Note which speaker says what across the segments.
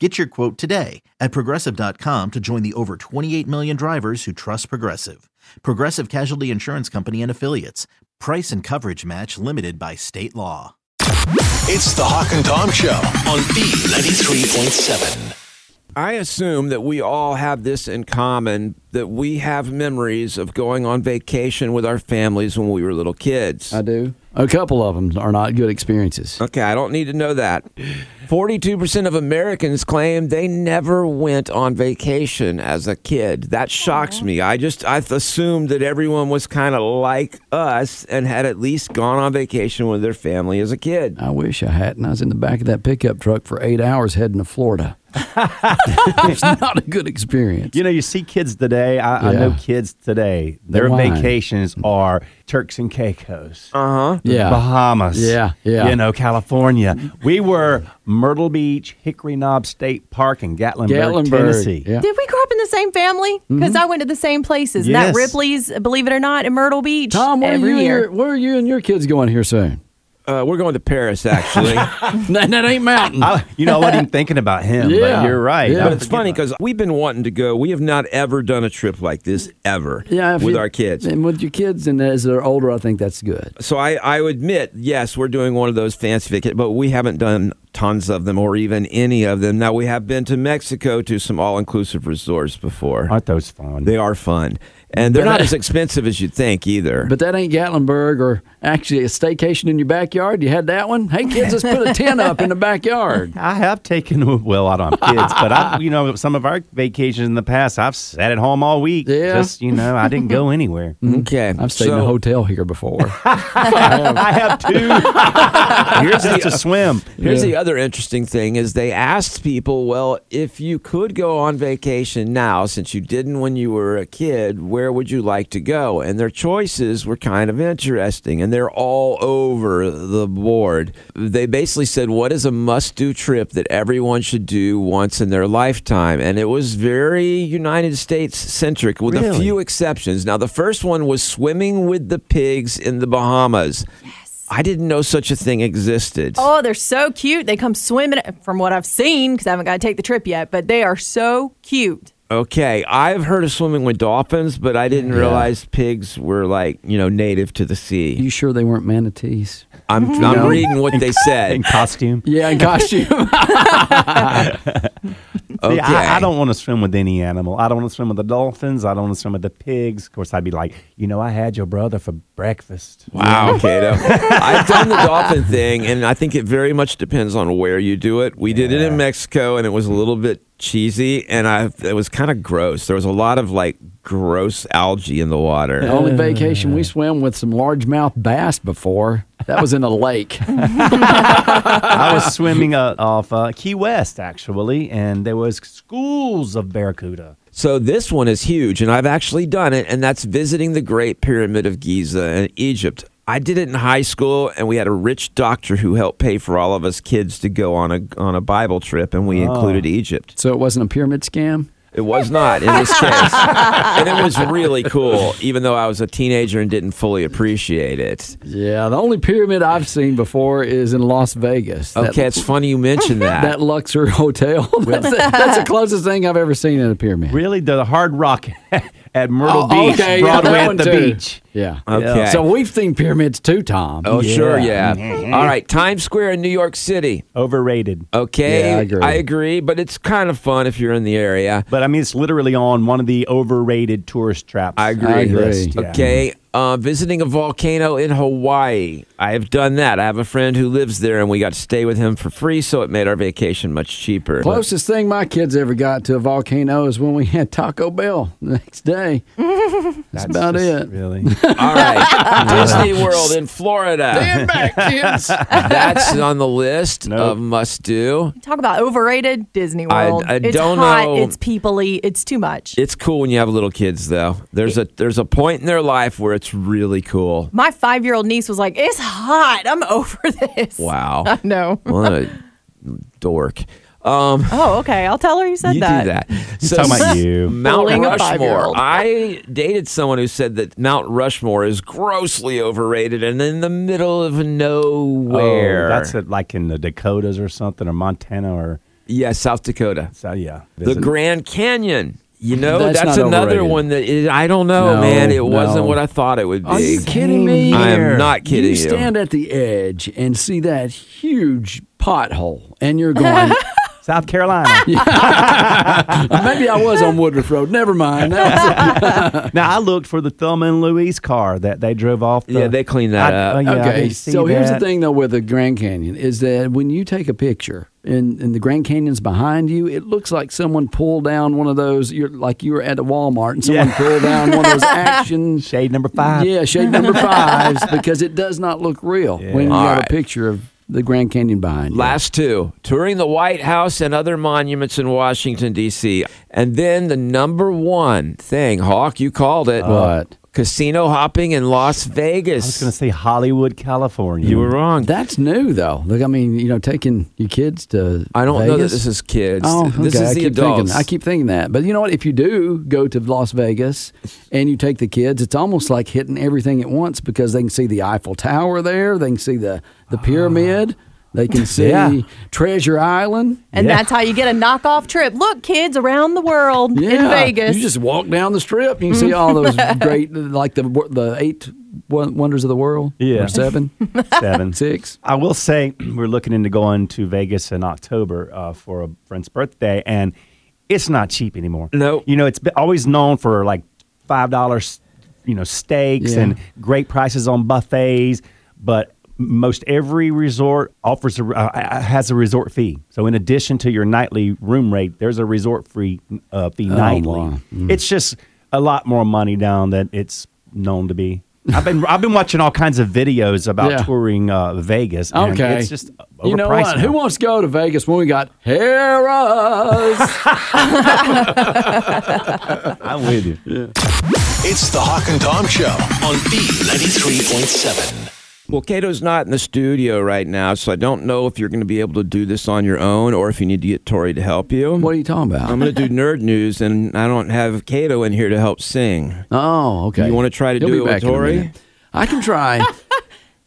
Speaker 1: Get your quote today at progressive.com to join the over 28 million drivers who trust Progressive. Progressive Casualty Insurance Company and Affiliates. Price and coverage match limited by state law.
Speaker 2: It's the Hawk and Tom Show on B93.7.
Speaker 3: I assume that we all have this in common that we have memories of going on vacation with our families when we were little kids.
Speaker 4: I do. A couple of them are not good experiences.
Speaker 3: Okay, I don't need to know that. 42% of Americans claim they never went on vacation as a kid. That shocks me. I just I assumed that everyone was kind of like us and had at least gone on vacation with their family as a kid.
Speaker 4: I wish I hadn't. I was in the back of that pickup truck for eight hours heading to Florida. it's not a good experience.
Speaker 5: You know, you see kids today. I, I
Speaker 4: Yeah.
Speaker 5: know kids today. Their
Speaker 4: They're lying.
Speaker 5: vacations are Turks and Caicos,
Speaker 3: Uh-huh.
Speaker 4: Yeah.
Speaker 5: Bahamas.
Speaker 4: Yeah, yeah.
Speaker 5: You know, California. We were Myrtle Beach, Hickory Knob State Park, and Gatlinburg,
Speaker 4: Gatlinburg.
Speaker 5: Tennessee.
Speaker 4: Yeah.
Speaker 6: Did we grow up in the same family? Because I went to the same places. and
Speaker 5: Yes.
Speaker 6: That Ripley's, believe it or not, in Myrtle Beach
Speaker 4: Tom, where are,
Speaker 6: every
Speaker 4: you and
Speaker 6: year.
Speaker 4: your, where are you and your kids going here soon?
Speaker 3: Uh, we're going to Paris actually.
Speaker 4: that, that ain't mountain.
Speaker 5: I, you know, I wasn't even thinking about him,
Speaker 4: Yeah.
Speaker 5: but you're right.
Speaker 4: Yeah.
Speaker 5: I
Speaker 3: But it's
Speaker 5: forget
Speaker 3: funny
Speaker 5: about-
Speaker 3: because we've been wanting to go. We have not ever done a trip like this ever
Speaker 4: yeah, if
Speaker 3: with
Speaker 4: you-
Speaker 3: our kids.
Speaker 4: And with your kids, and as they're older, I think that's good.
Speaker 3: So I, I admit, yes, we're doing one of those fancy vacations, but we haven't done tons of them or even any of them. Now, we have been to Mexico to some all inclusive resorts before.
Speaker 5: aren't those fun?
Speaker 3: They are fun. And they're
Speaker 4: But
Speaker 3: not
Speaker 4: I-
Speaker 3: as expensive as you'd think either.
Speaker 4: But that ain't Gatlinburg or actually a staycation in your backyard. You had that one? Hey, kids, let's put a tent up in the backyard.
Speaker 5: I have taken well, I don't have kids, but I, you know, some of our vacations in the past, I've sat at home all week.
Speaker 4: Yeah.
Speaker 5: Just you know, I didn't go anywhere.
Speaker 3: okay.
Speaker 4: I've stayed in a
Speaker 3: so-
Speaker 4: hotel here before.
Speaker 5: I have two. Here's just to swim.
Speaker 3: Here's
Speaker 4: Yeah.
Speaker 3: the other interesting thing is they asked people, well, if you could go on vacation now since you didn't when you were a kid, where would you like to go? And their choices were kind of interesting and they're all over the board. They basically said what is a must-do trip that everyone should do once in their lifetime? And it was very United States centric with a
Speaker 5: Really?
Speaker 3: few exceptions. Now the first one was swimming with the pigs in the Bahamas. I didn't know such a thing existed.
Speaker 6: Oh, they're so cute. They come swimming, from what I've seen, because I haven't got to take the trip yet, but they are so cute.
Speaker 3: Okay, I've heard of swimming with dolphins, but I didn't realize pigs were like you know native to the sea.
Speaker 4: you sure they weren't manatees?
Speaker 3: I'm I'm reading what they
Speaker 5: in
Speaker 3: said.
Speaker 5: costume.
Speaker 4: Yeah, in costume.
Speaker 3: Okay,
Speaker 5: See, I, I don't want to swim with any animal. I don't want to swim with the dolphins. I don't want to swim with the pigs. Of course, I'd be like, you know, I had your brother for breakfast.
Speaker 3: Wow, Kato. I've done the dolphin thing, and I think it very much depends on where you do it. We did it in Mexico, and it was a little bit cheesy, and I it was kind of gross. There was a lot of like gross algae in the water.
Speaker 4: The only vacation we swam with some largemouth bass before. That was in a lake.
Speaker 5: I was swimming uh, off uh, Key West actually, and there was schools of barracuda.
Speaker 3: So this one is huge, and I've actually done it, and that's visiting the Great Pyramid of Giza in Egypt. I did it in high school, and we had a rich doctor who helped pay for all of us kids to go on a on a Bible trip, and we
Speaker 4: Oh.
Speaker 3: included Egypt.
Speaker 4: So it wasn't a pyramid scam?
Speaker 3: It was not in this case, and it was really cool, even though I was a teenager and didn't fully appreciate it.
Speaker 4: Yeah, the only pyramid I've seen before is in Las Vegas.
Speaker 3: Okay,
Speaker 4: That,
Speaker 3: it's funny you mentioned
Speaker 4: that Luxor Hotel. that's, the, that's the closest thing I've ever seen in a pyramid.
Speaker 5: Really, the Hard Rock at
Speaker 4: Oh,
Speaker 5: Myrtle Beach,
Speaker 4: okay, yeah,
Speaker 5: Broadway
Speaker 4: that one
Speaker 5: at the
Speaker 4: too.
Speaker 5: beach.
Speaker 4: Yeah.
Speaker 3: Okay.
Speaker 4: So Mm-hmm. we've seen pyramids too, Tom.
Speaker 3: Oh, sure, yeah. All right, Times Square in New York City.
Speaker 5: Overrated.
Speaker 3: Okay,
Speaker 4: Yeah, I agree.
Speaker 3: agree, but it's kind of fun if you're in the area.
Speaker 5: But I mean, it's literally on one of the overrated tourist traps.
Speaker 3: I agree.
Speaker 4: I agree.
Speaker 5: list, yeah.
Speaker 3: Okay, uh, visiting a volcano in Hawaii. I have done that. I have a friend who lives there, and we got to stay with him for free, so it made our vacation much cheaper.
Speaker 4: Closest thing my kids ever got to a volcano is when we had Taco Bell the next day. That's about
Speaker 5: Just
Speaker 4: it.
Speaker 5: Really.
Speaker 3: All right, Disney World in Florida.
Speaker 4: Stand back, kids.
Speaker 3: That's on the list of must do.
Speaker 6: Talk about overrated Disney
Speaker 3: I-
Speaker 6: World.
Speaker 3: I
Speaker 6: it's
Speaker 3: don't
Speaker 6: hot,
Speaker 3: know.
Speaker 6: It's peoply. It's too much.
Speaker 3: It's cool when you have little kids, though. There's a there's a point in their life where it's really cool.
Speaker 6: My five-year-old niece was like, "It's hot. I'm over this."
Speaker 3: Wow,
Speaker 6: No.
Speaker 3: what a dork.
Speaker 6: Oh, okay. I'll tell her you said
Speaker 3: you
Speaker 6: that.
Speaker 3: do that. So
Speaker 5: talking about
Speaker 3: s-
Speaker 5: you.
Speaker 3: Mount
Speaker 6: Bullying a
Speaker 3: Rushmore.
Speaker 6: five-year-old.
Speaker 3: I dated someone who said that Mount Rushmore is grossly overrated and in the middle of nowhere.
Speaker 5: Oh, that's it, like in the Dakotas or something, or Montana, or
Speaker 3: Yeah, South Dakota.
Speaker 5: so, yeah.
Speaker 3: The Grand Canyon. You know,
Speaker 4: That's
Speaker 3: that's,
Speaker 4: not
Speaker 3: another
Speaker 4: overrated.
Speaker 3: one that is, I don't know,
Speaker 4: No,
Speaker 3: man. It
Speaker 4: no.
Speaker 3: wasn't what I thought it would be.
Speaker 4: Are you kidding me?
Speaker 3: I am not kidding you.
Speaker 4: You stand at the edge and see that huge pothole, and you're going, "Uh,
Speaker 5: South Carolina.
Speaker 4: maybe I was on Woodruff Road. Never mind. That's-
Speaker 5: now I looked for the Thelma and Louise car that they drove off. The,
Speaker 3: Yeah, they cleaned that
Speaker 5: I-
Speaker 3: up.
Speaker 5: oh, yeah, I
Speaker 4: okay,
Speaker 5: didn't see
Speaker 4: so here's the
Speaker 5: that.
Speaker 4: thing, though, with the Grand Canyon is that when you take a picture and, and the Grand Canyon's behind you, it looks like someone pulled down one of those, you're like you were at a Walmart and someone
Speaker 5: Yeah.
Speaker 4: pulled down one of those action.
Speaker 5: Shade number five.
Speaker 4: Yeah, shade number fives because it does not look real when you
Speaker 3: All
Speaker 4: got
Speaker 3: right.
Speaker 4: a picture of the Grand Canyon behind you.
Speaker 3: Last two touring the White House and other monuments in Washington, D.C. And then the number one thing, Hawk, you called it.
Speaker 4: What?
Speaker 3: Casino hopping in Las
Speaker 5: I was
Speaker 3: Vegas.
Speaker 5: going to say Hollywood, California.
Speaker 3: you were wrong.
Speaker 4: That's new, though. Like, I mean, you know, taking your kids to.
Speaker 3: I don't know that
Speaker 4: Vegas?
Speaker 3: this is kids.
Speaker 4: Oh, okay.
Speaker 3: This
Speaker 4: I
Speaker 3: is the
Speaker 4: keep
Speaker 3: adults.
Speaker 4: Thinking, I keep thinking that. But you know what? If you do go to Las Vegas and you take the kids, it's almost like hitting everything at once because they can see the Eiffel Tower there, they can see the, the pyramid,
Speaker 3: Ah.
Speaker 4: they can see
Speaker 5: Yeah.
Speaker 4: Treasure Island.
Speaker 6: And
Speaker 5: Yeah.
Speaker 6: that's how you get a knockoff trip. Look, kids around the world in Vegas.
Speaker 4: You just walk down the strip and you see all those great, like the the eight won- wonders of the world.
Speaker 5: Yeah.
Speaker 4: Or seven,
Speaker 5: seven.
Speaker 4: six.
Speaker 5: I will say we're looking into going to Vegas in October uh, for a friend's birthday, and it's not cheap anymore.
Speaker 3: Nope.
Speaker 5: you know it's been always known for like five dollars, you know, steaks
Speaker 4: Yeah.
Speaker 5: and great prices on buffets, but most every resort offers a, uh, has a resort fee. So in addition to your nightly room rate, there's a resort free uh, fee nightly.
Speaker 4: wow.
Speaker 5: It's just a lot more money down than it's known to be. I've been I've been watching all kinds of videos about
Speaker 4: Yeah.
Speaker 5: touring uh, Vegas. and
Speaker 4: Okay.
Speaker 5: it's just overpriced.
Speaker 4: You know what?
Speaker 5: now.
Speaker 4: Who wants to go to Vegas when we got Harris?
Speaker 5: I'm with you.
Speaker 2: It's the Hawk and Tom Show on B93.7.
Speaker 3: well, Cato's not in the studio right now, so I don't know if you're going to be able to do this on your own or if you need to get Tori to help you.
Speaker 4: what are you talking about?
Speaker 3: I'm going to do nerd news, and I don't have Cato in here to help sing.
Speaker 4: Oh, okay.
Speaker 3: You wanna try to
Speaker 4: He'll
Speaker 3: do
Speaker 4: be
Speaker 3: it with
Speaker 4: back in a
Speaker 3: Tori?
Speaker 4: minute. I can try.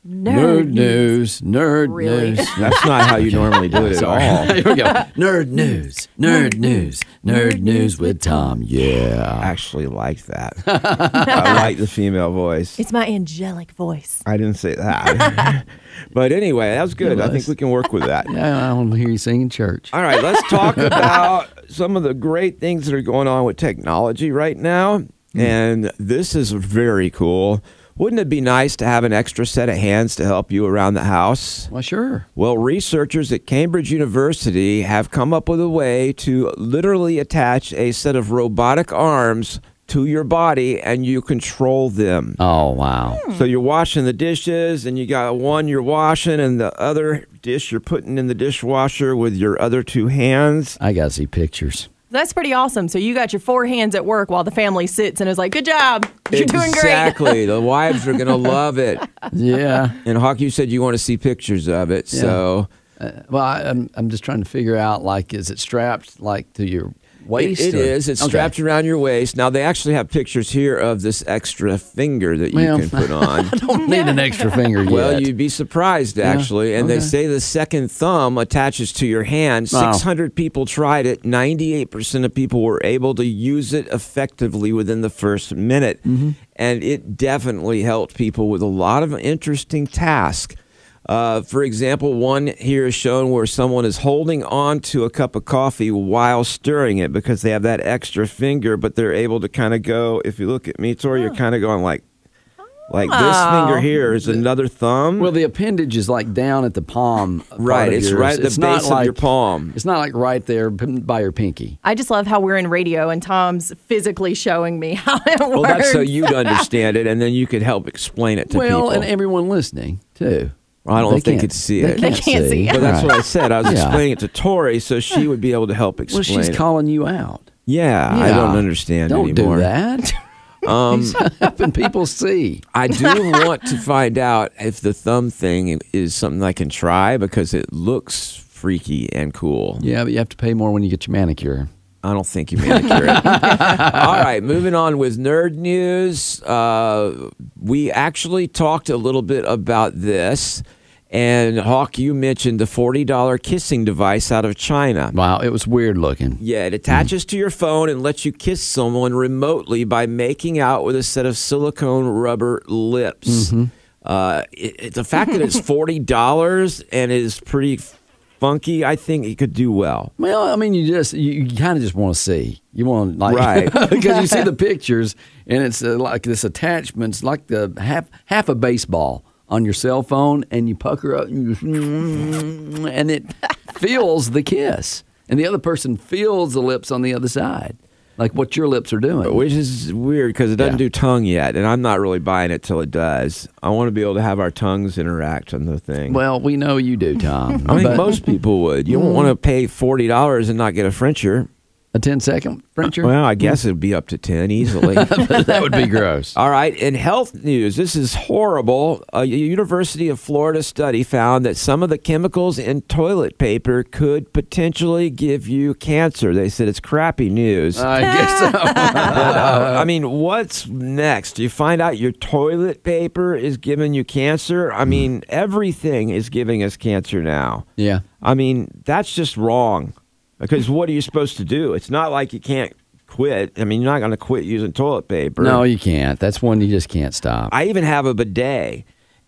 Speaker 6: Nerd
Speaker 4: nerd news. Nerd
Speaker 6: Really?
Speaker 4: news.
Speaker 3: That's not how you normally do it at all.
Speaker 4: Here we go. Nerd news. Nerd news. Nerd news with Tom. Yeah.
Speaker 3: I actually like that. I like the female voice.
Speaker 6: It's my angelic voice.
Speaker 3: I didn't say that. but anyway, that was good. I think we can work with that.
Speaker 4: I, I want to hear you sing in church.
Speaker 3: All right, let's talk about some of the great things that are going on with technology right now. And this is very cool. Wouldn't it be nice to have an extra set of hands to help you around the house?
Speaker 4: Well, sure.
Speaker 3: Well, researchers at Cambridge University have come up with a way to literally attach a set of robotic arms to your body and you control them.
Speaker 4: Oh, wow.
Speaker 3: So you're washing the dishes, and you got one you're washing, and the other dish you're putting in the dishwasher with your other two hands.
Speaker 4: I got to see pictures.
Speaker 6: That's pretty awesome. So you got your four hands at work while the family sits and is like, "Good job. You're doing great."
Speaker 3: Exactly. the wives are going to love it.
Speaker 4: Yeah.
Speaker 3: And Hawk, you said you want to see pictures of it. So
Speaker 4: Uh, well, I, I'm I'm just trying to figure out like, is it strapped like to your waist?
Speaker 3: It- it
Speaker 4: or-
Speaker 3: is. It's
Speaker 4: Okay.
Speaker 3: strapped around your waist. Now they actually have pictures here of this extra finger that you
Speaker 4: Ma'am.
Speaker 3: can put on.
Speaker 4: Don't need an extra finger yet.
Speaker 3: Well, you'd be surprised actually. And they
Speaker 4: okay.
Speaker 3: say the second thumb attaches to your hand.
Speaker 4: Wow.
Speaker 3: 600 people tried it. 98% of people were able to use it effectively within the first minute.
Speaker 4: Mm-hmm.
Speaker 3: And it definitely helped people with a lot of interesting tasks. Uh, for example, one here is shown where someone is holding on to a cup of coffee while stirring it because they have that extra finger, but they're able to kind of go. If you look at me, Tori, you're kind of going like, like this finger here is another thumb.
Speaker 4: Well, the appendage is like down at the palm. part
Speaker 3: Right,
Speaker 4: of
Speaker 3: it's
Speaker 4: yours.
Speaker 3: right at the
Speaker 4: not
Speaker 3: base of your palm.
Speaker 4: It's not like right there p- by your pinky.
Speaker 6: I just love how we're in radio and Tom's physically showing me how it works.
Speaker 3: Well, that's so you'd understand it, and then you could help explain it to
Speaker 4: well,
Speaker 3: people.
Speaker 4: and everyone listening too.
Speaker 3: I don't know if they
Speaker 4: can't-
Speaker 3: could see it.
Speaker 6: They can't see it.
Speaker 3: but that's what I said. I was
Speaker 4: Yeah.
Speaker 3: explaining it to Tori, so she would be able to help explain.
Speaker 4: Well, she's
Speaker 3: it.
Speaker 4: calling you out.
Speaker 3: Yeah, I
Speaker 4: Yeah.
Speaker 3: don't understand
Speaker 4: Don't
Speaker 3: anymore.
Speaker 4: do that. Um, He's helping people see.
Speaker 3: I do want to find out if the thumb thing is something I can try because it looks freaky and cool.
Speaker 4: Yeah, but you have to pay more when you get your manicure.
Speaker 3: I don't think you manicure it. All right, moving on with nerd news. Uh, we actually talked a little bit about this, and Hawk, you mentioned the forty dollar kissing device out of China.
Speaker 4: Wow, it was weird looking.
Speaker 3: Yeah, it attaches to your phone and lets you kiss someone remotely by making out with a set of silicone rubber lips. Uh, it, it- the fact that it's forty dollars and is pretty funky, I think it could do well.
Speaker 4: Well, I mean, you just you, you kind of just want to see. You want to like
Speaker 3: Right.
Speaker 4: because you see the pictures and it's uh, like this attachment's like the half half a baseball on your cell phone, and you pucker up and, you just, and it feels the kiss, and the other person feels the lips on the other side, like what your lips are doing.
Speaker 3: Which is weird because it doesn't
Speaker 4: Yeah.
Speaker 3: do tongue yet, and I'm not really buying it till it does. I want to be able to have our tongues interact on the thing.
Speaker 4: well, we know you do, Tom.
Speaker 3: I think
Speaker 4: but Mm.
Speaker 3: most people would. You don't want to pay forty dollars and not get a Frencher.
Speaker 4: a 10 second Frencher.
Speaker 3: Well, I guess it'd be up to ten easily.
Speaker 4: that would be gross.
Speaker 3: All right, in health news, this is horrible. A University of Florida study found that some of the chemicals in toilet paper could potentially give you cancer. They said it's crappy news.
Speaker 4: I guess so.
Speaker 3: uh, I mean, what's next? You find out your toilet paper is giving you cancer?
Speaker 4: Hmm.
Speaker 3: I mean, everything is giving us cancer now.
Speaker 4: yeah.
Speaker 3: I mean, that's just wrong. Because what are you supposed to do? It's not like you can't quit. I mean, you're not going to quit using toilet paper.
Speaker 4: No, you can't. That's one you just can't stop.
Speaker 3: I even have a bidet,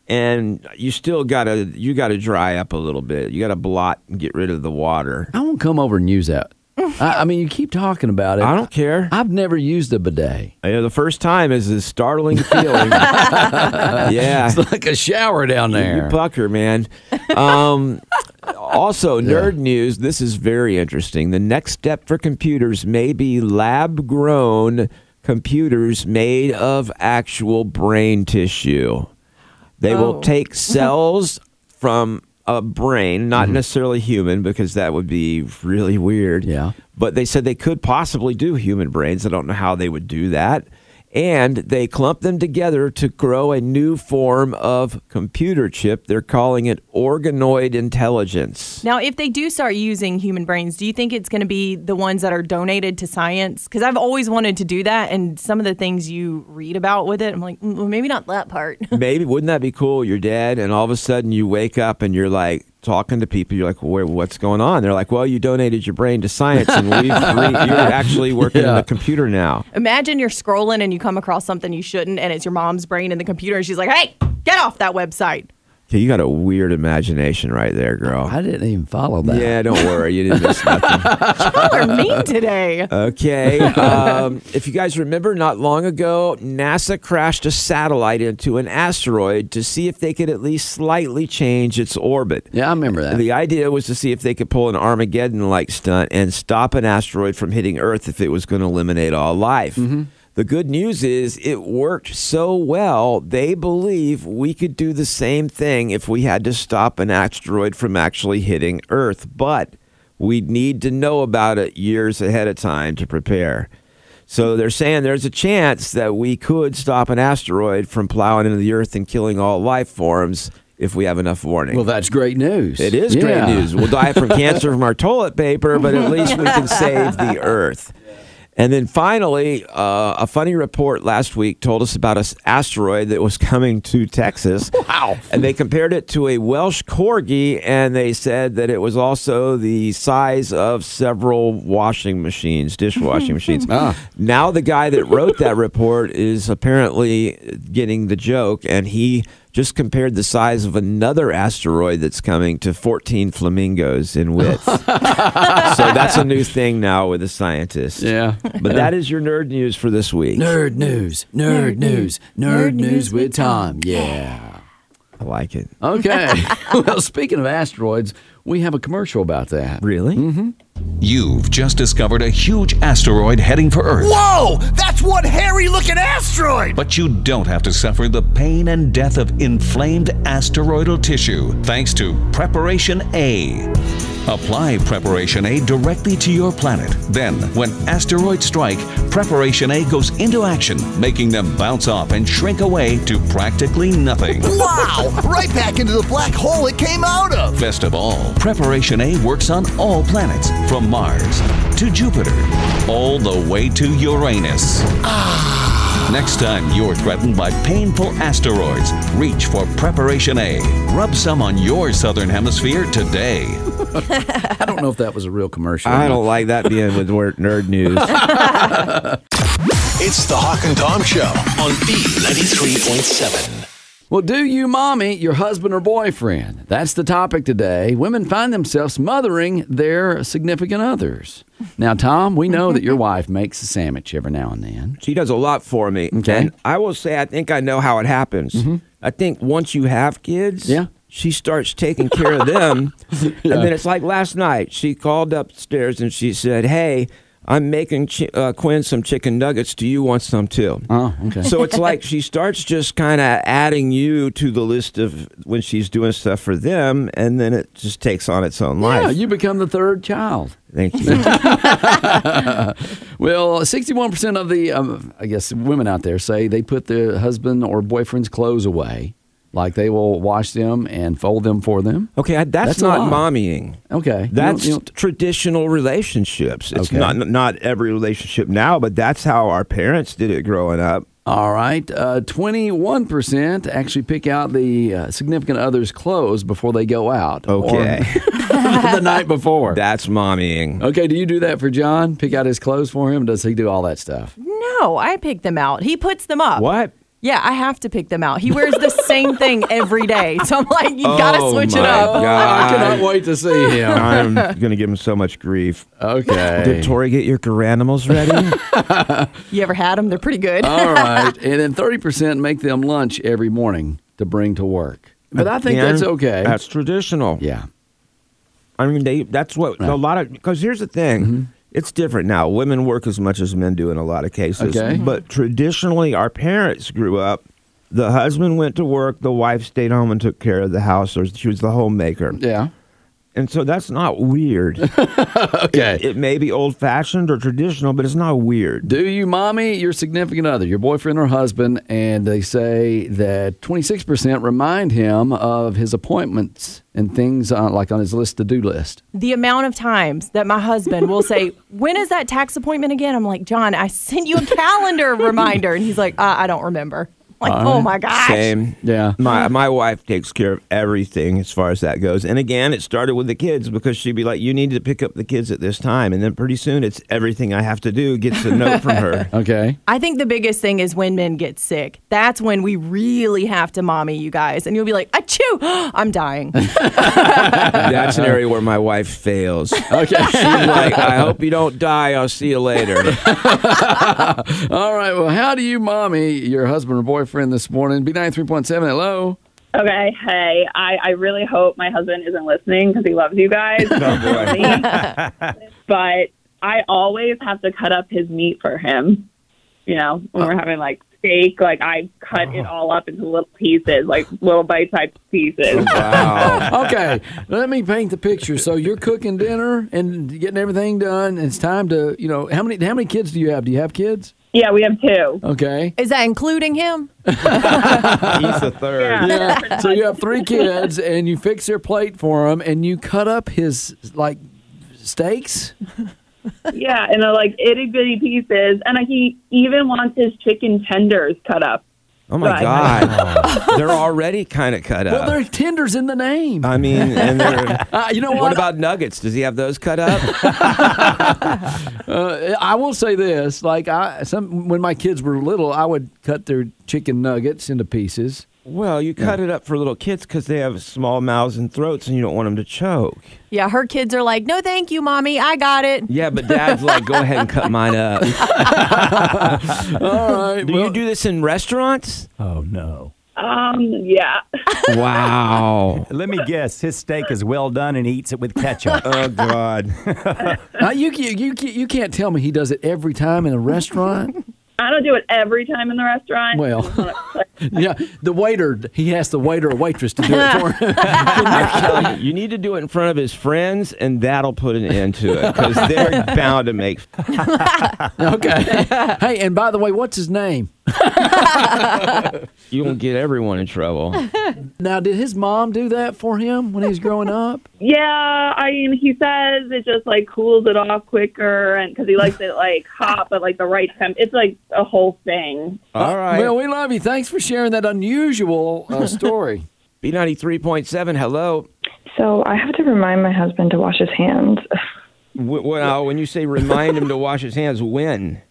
Speaker 3: and you still gotta you gotta dry up a little bit. You gotta blot and get rid of the water.
Speaker 4: I won't come over and use that. I, I mean, you keep talking about it.
Speaker 3: I don't care.
Speaker 4: I've never used a bidet.
Speaker 3: You know, the first time is a startling feeling. yeah.
Speaker 4: Like a shower down
Speaker 3: You pucker, man. Um, also, nerd news. This is very interesting. The next step for computers may be lab grown computers made of actual brain tissue. They will
Speaker 6: Oh.
Speaker 3: take cells from a brain, not necessarily human, because that would be really weird.
Speaker 4: Yeah.
Speaker 3: But they said they could possibly do human brains. I don't know how they would do that. And they clump them together to grow a new form of computer chip. They're calling it organoid intelligence.
Speaker 6: Now, if they do start using human brains, do you think it's going to be the ones that are donated to science? Because I've always wanted to do that, and some of the things you read about with it, I'm like, mm, well, maybe not that part.
Speaker 3: Maybe wouldn't that be cool? You're dead, and all of a sudden you wake up and you're like talking to people. You're like, "Where? What's going on?" They're like, "Well, you donated your brain to science, and we've re- you're actually working on
Speaker 4: Yeah.
Speaker 3: the computer now."
Speaker 6: Imagine you're scrolling and you come across something you shouldn't, and it's your mom's brain in the computer, and she's like, "Hey, get off that website."
Speaker 3: Okay, you got a weird imagination right there, girl.
Speaker 4: I didn't even follow that.
Speaker 3: Yeah, don't worry, you didn't miss nothing.
Speaker 6: Y'all are mean today.
Speaker 3: Okay. Um, if you guys remember, not long ago, NASA crashed a satellite into an asteroid to see if they could at least slightly change its orbit.
Speaker 4: Yeah, I remember that.
Speaker 3: The idea was to see if they could pull an Armageddon like stunt and stop an asteroid from hitting Earth if it was going to eliminate all life.
Speaker 4: Mm-hmm.
Speaker 3: The good news is it worked so well, they believe we could do the same thing if we had to stop an asteroid from actually hitting Earth. But we need to know about it years ahead of time to prepare. So they're saying there's a chance that we could stop an asteroid from plowing into the Earth and killing all life forms if we have enough warning.
Speaker 4: Well, that's great news.
Speaker 3: It is
Speaker 4: Yeah.
Speaker 3: great news. We'll die from cancer from our toilet paper, but at least we can save the earth. And then finally, uh, a funny report last week told us about an asteroid that was coming to Texas. Wow. And they compared it to a Welsh corgi, and they said that it was also the size of several washing machines, dishwashing machines. Now, the guy that wrote that report is apparently getting the joke, and he just compared the size of another asteroid that's coming to 14 flamingos in width. so that's a new thing now with the scientists.
Speaker 4: Yeah.
Speaker 3: But that is your nerd news for this week.
Speaker 4: Nerd news, nerd, news, nerd, news with Tom. Yeah.
Speaker 3: I like it.
Speaker 4: Okay. well, speaking of asteroids, we have a commercial about that.
Speaker 3: Really?
Speaker 4: Mm-hmm.
Speaker 2: You've just discovered a huge asteroid heading for Earth.
Speaker 7: Whoa! That's one hairy looking asteroid!
Speaker 2: But you don't have to suffer the pain and death of inflamed asteroidal tissue thanks to Preparation A. Apply Preparation A directly to your planet. Then, when asteroids strike, Preparation A goes into action, making them bounce off and shrink away to practically nothing.
Speaker 7: Wow! right back into the black hole it came out of!
Speaker 2: Best of all, Preparation A works on all planets, from Mars to Jupiter, all the way to Uranus. Next time you're threatened by painful asteroids, reach for Preparation A. Rub some on your southern hemisphere today.
Speaker 4: I don't know if that was a real commercial. or
Speaker 3: I
Speaker 4: not.
Speaker 3: don't like that being with the word nerd news.
Speaker 2: It's the Hawk and Tom Show on B93.7.
Speaker 4: Well, do you mommy your husband or boyfriend? That's the topic today. Women find themselves smothering their significant others. Now, Tom, we know that your wife makes a sandwich every now and then.
Speaker 3: She does a lot for me.
Speaker 4: Okay. Mm-hmm.
Speaker 3: And I will say, I think I know how it happens. I think once you have kids,
Speaker 4: Yeah.
Speaker 3: she starts taking care of them. And then it's like last night, she called upstairs and she said, Hey, I'm making chi- uh, Quinn some chicken nuggets. Do you want some too?
Speaker 4: Oh, okay.
Speaker 3: So it's like she starts just kind of adding you to the list of when she's doing stuff for them, and then it just takes on its own life.
Speaker 4: Yeah, you become the third child.
Speaker 3: Thank you.
Speaker 4: Well, 61% of the, um, I guess, women out there say they put their husband or boyfriend's clothes away. Like they will wash them and fold them for them.
Speaker 3: Okay, I, that's,
Speaker 4: That's a
Speaker 3: not
Speaker 4: lot.
Speaker 3: mommying.
Speaker 4: Okay. You don't-
Speaker 3: That's
Speaker 4: you don't-
Speaker 3: traditional relationships. It's
Speaker 4: Okay.
Speaker 3: not not every relationship now, but that's how our parents did it growing up.
Speaker 4: All right. Uh, 21% actually pick out the uh, significant other's clothes before they go out. or
Speaker 3: Okay.
Speaker 4: the night before.
Speaker 3: That's mommying.
Speaker 4: Okay, do you do that for John? Pick out his clothes for him? Does he do all that stuff?
Speaker 6: No, I pick them out. He puts them
Speaker 4: Uh,
Speaker 6: up.
Speaker 3: What?
Speaker 6: Yeah, I have to pick them out. He wears the same thing every day. So I'm like, you gotta
Speaker 3: Oh
Speaker 6: switch
Speaker 3: my
Speaker 6: it up.
Speaker 4: I cannot
Speaker 3: God.
Speaker 4: wait to see him.
Speaker 3: I'm going to give him so much grief. Did
Speaker 4: Okay.
Speaker 3: Tori get your garanimals ready?
Speaker 6: You ever had them? They're pretty good.
Speaker 3: Oh.
Speaker 4: all right. And then 30% make them lunch every morning to bring to work. But I think that's
Speaker 3: Again,
Speaker 4: okay.
Speaker 3: That's traditional.
Speaker 4: yeah.
Speaker 3: I mean, they, that's what a lot of, because here's the thing.
Speaker 4: Mm-hmm.
Speaker 3: It's different now. Women work as much as men do in a lot of cases.
Speaker 4: Okay. Mhm.
Speaker 3: But traditionally, our parents grew up. The husband went to work, the wife stayed home and took care of the house, or she was the homemaker.
Speaker 4: Yeah.
Speaker 3: And so that's not weird.
Speaker 4: Okay.
Speaker 3: it may be old fashioned or traditional, but it's not weird.
Speaker 4: Do you mommy your significant other, your boyfriend or husband? And they say that 26% remind him of his appointments and things on, like on his list to do list.
Speaker 6: the amount of times that my husband will say, When is that tax appointment again? I'm like, John, I sent you a calendar reminder. And he's like, uh, I don't remember. I'm like, oh my gosh.
Speaker 3: Uh, Same.
Speaker 4: Yeah.
Speaker 3: My my wife takes care of everything as far as that goes. And again, it started with the kids because she'd be like, You need to pick up the kids at this time and then pretty soon it's everything I have to do gets a note from her.
Speaker 4: Okay.
Speaker 6: I think the biggest thing is when men get sick. That's when we really have to mommy you guys. And you'll be like, achoo, I'm dying.
Speaker 3: That's an area where my wife fails. She's
Speaker 4: Okay.
Speaker 3: like, I hope you don't die, I'll see you later.
Speaker 4: All right. Well, how do you mommy your husband or boyfriend this morning? B93.7. Hello.
Speaker 8: Okay, hey, I, I really hope my husband isn't listening because he loves you guys. but I always have to cut up his meat for him. You know, when we're having like steak, like I cut it all up into little pieces, like little bite sized
Speaker 3: Oh,
Speaker 8: pieces.
Speaker 3: Wow.
Speaker 4: Okay. Let me paint the picture. So you're cooking dinner and getting everything done. and It's time to, you know, how many how many kids do you have? Do you have kids?
Speaker 8: Yeah, we have two.
Speaker 4: Okay.
Speaker 6: Is that including him?
Speaker 3: He's the third.
Speaker 4: Yeah. so you have three kids, and you fix their plate for him, and you cut up his like steaks.
Speaker 8: Yeah, and they're like itty bitty pieces. And he even wants his chicken tenders cut up.
Speaker 3: Oh my
Speaker 8: Right.
Speaker 3: God. they're already kind of cut
Speaker 4: Well,
Speaker 3: up.
Speaker 4: they're tenders in the name.
Speaker 3: I mean, and they're.
Speaker 4: Uh, you know
Speaker 3: Uh, What about nuggets? Does he have those cut up?
Speaker 4: Uh, I will say this: like I, some when my kids were little, I would cut their chicken nuggets into pieces.
Speaker 3: well, you cut it up for little kids because they have small mouths and throats, and you don't want them to choke.
Speaker 6: Yeah, her kids are like, no, thank you, mommy. I got it.
Speaker 3: Yeah, but dad's like, go ahead and cut mine up.
Speaker 4: All right.
Speaker 3: Do you do this in restaurants?
Speaker 5: Oh no.
Speaker 8: Um, yeah.
Speaker 3: Wow.
Speaker 5: Let me guess. His steak is well done and he eats it with ketchup.
Speaker 3: Oh God.
Speaker 4: Now, you, you, you, you can't tell me he does it every time in a restaurant.
Speaker 8: I don't do it every time in the restaurant.
Speaker 4: Well, yeah, the waiter, he has the waiter or waitress to do it for him.
Speaker 3: Kelly, you need to do it in front of his friends, and that'll put an end to it because they're bound to make.
Speaker 4: okay. Hey, and by the way, what's his name?
Speaker 3: You won't get everyone in trouble.
Speaker 4: Now, did his mom do that for him when he was growing up?
Speaker 8: yeah, I mean, he says it just like cools it off quicker, and because he likes it like hot, but like the right temp. It's like a whole thing.
Speaker 3: All right.
Speaker 4: Uh, Well, we love you. Thanks for sharing that unusual uh, story.
Speaker 3: B ninety three point seven. Hello.
Speaker 9: So I have to remind my husband to wash his hands.
Speaker 3: W- Well, uh, when you say remind him to wash his hands, when?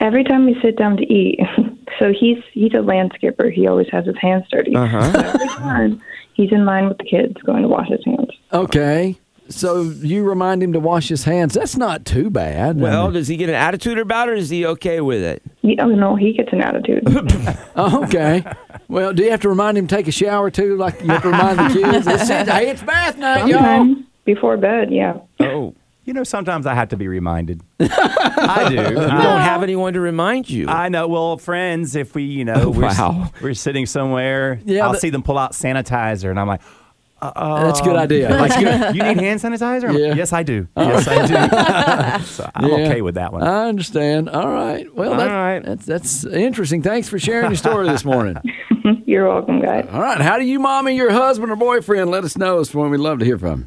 Speaker 9: Every time we sit down to eat, so he's he's a landscaper. He always has his hands dirty.
Speaker 3: Uh-huh.
Speaker 9: Every time he's in line with the kids going to wash his hands.
Speaker 4: Okay. So you remind him to wash his hands. That's not too bad.
Speaker 3: Well, does he get an attitude about it? Or is he okay with it?
Speaker 9: You oh no, he gets an attitude.
Speaker 4: Oh, okay. Well, do you have to remind him to take a shower too? Like you have to remind the kids. It's, hey, it's bath night, y'all.
Speaker 9: Sometime before bed, yeah.
Speaker 3: Oh,
Speaker 5: you know, sometimes I have to be reminded. I do.
Speaker 3: you don't have anyone to remind you.
Speaker 5: I know. Well, friends, if we, you know, we're, s-
Speaker 3: Wow.
Speaker 5: we're sitting somewhere,
Speaker 4: Yeah,
Speaker 5: I'll
Speaker 4: but-
Speaker 5: see them pull out sanitizer, and I'm like,
Speaker 4: That's a good idea.
Speaker 3: Oh.
Speaker 4: That's good.
Speaker 5: you need hand sanitizer?
Speaker 4: Yeah. Uh-huh.
Speaker 5: Yes, I do. Yes, I do. so I'm
Speaker 4: Yeah.
Speaker 5: okay with that one.
Speaker 4: I understand. All right. Well, that,
Speaker 3: All right.
Speaker 4: That's that's interesting. Thanks for sharing your story this morning.
Speaker 9: You're welcome, guys.
Speaker 4: All right. How do you, mommy, your husband or boyfriend? Let us know. It's one we'd love to hear from.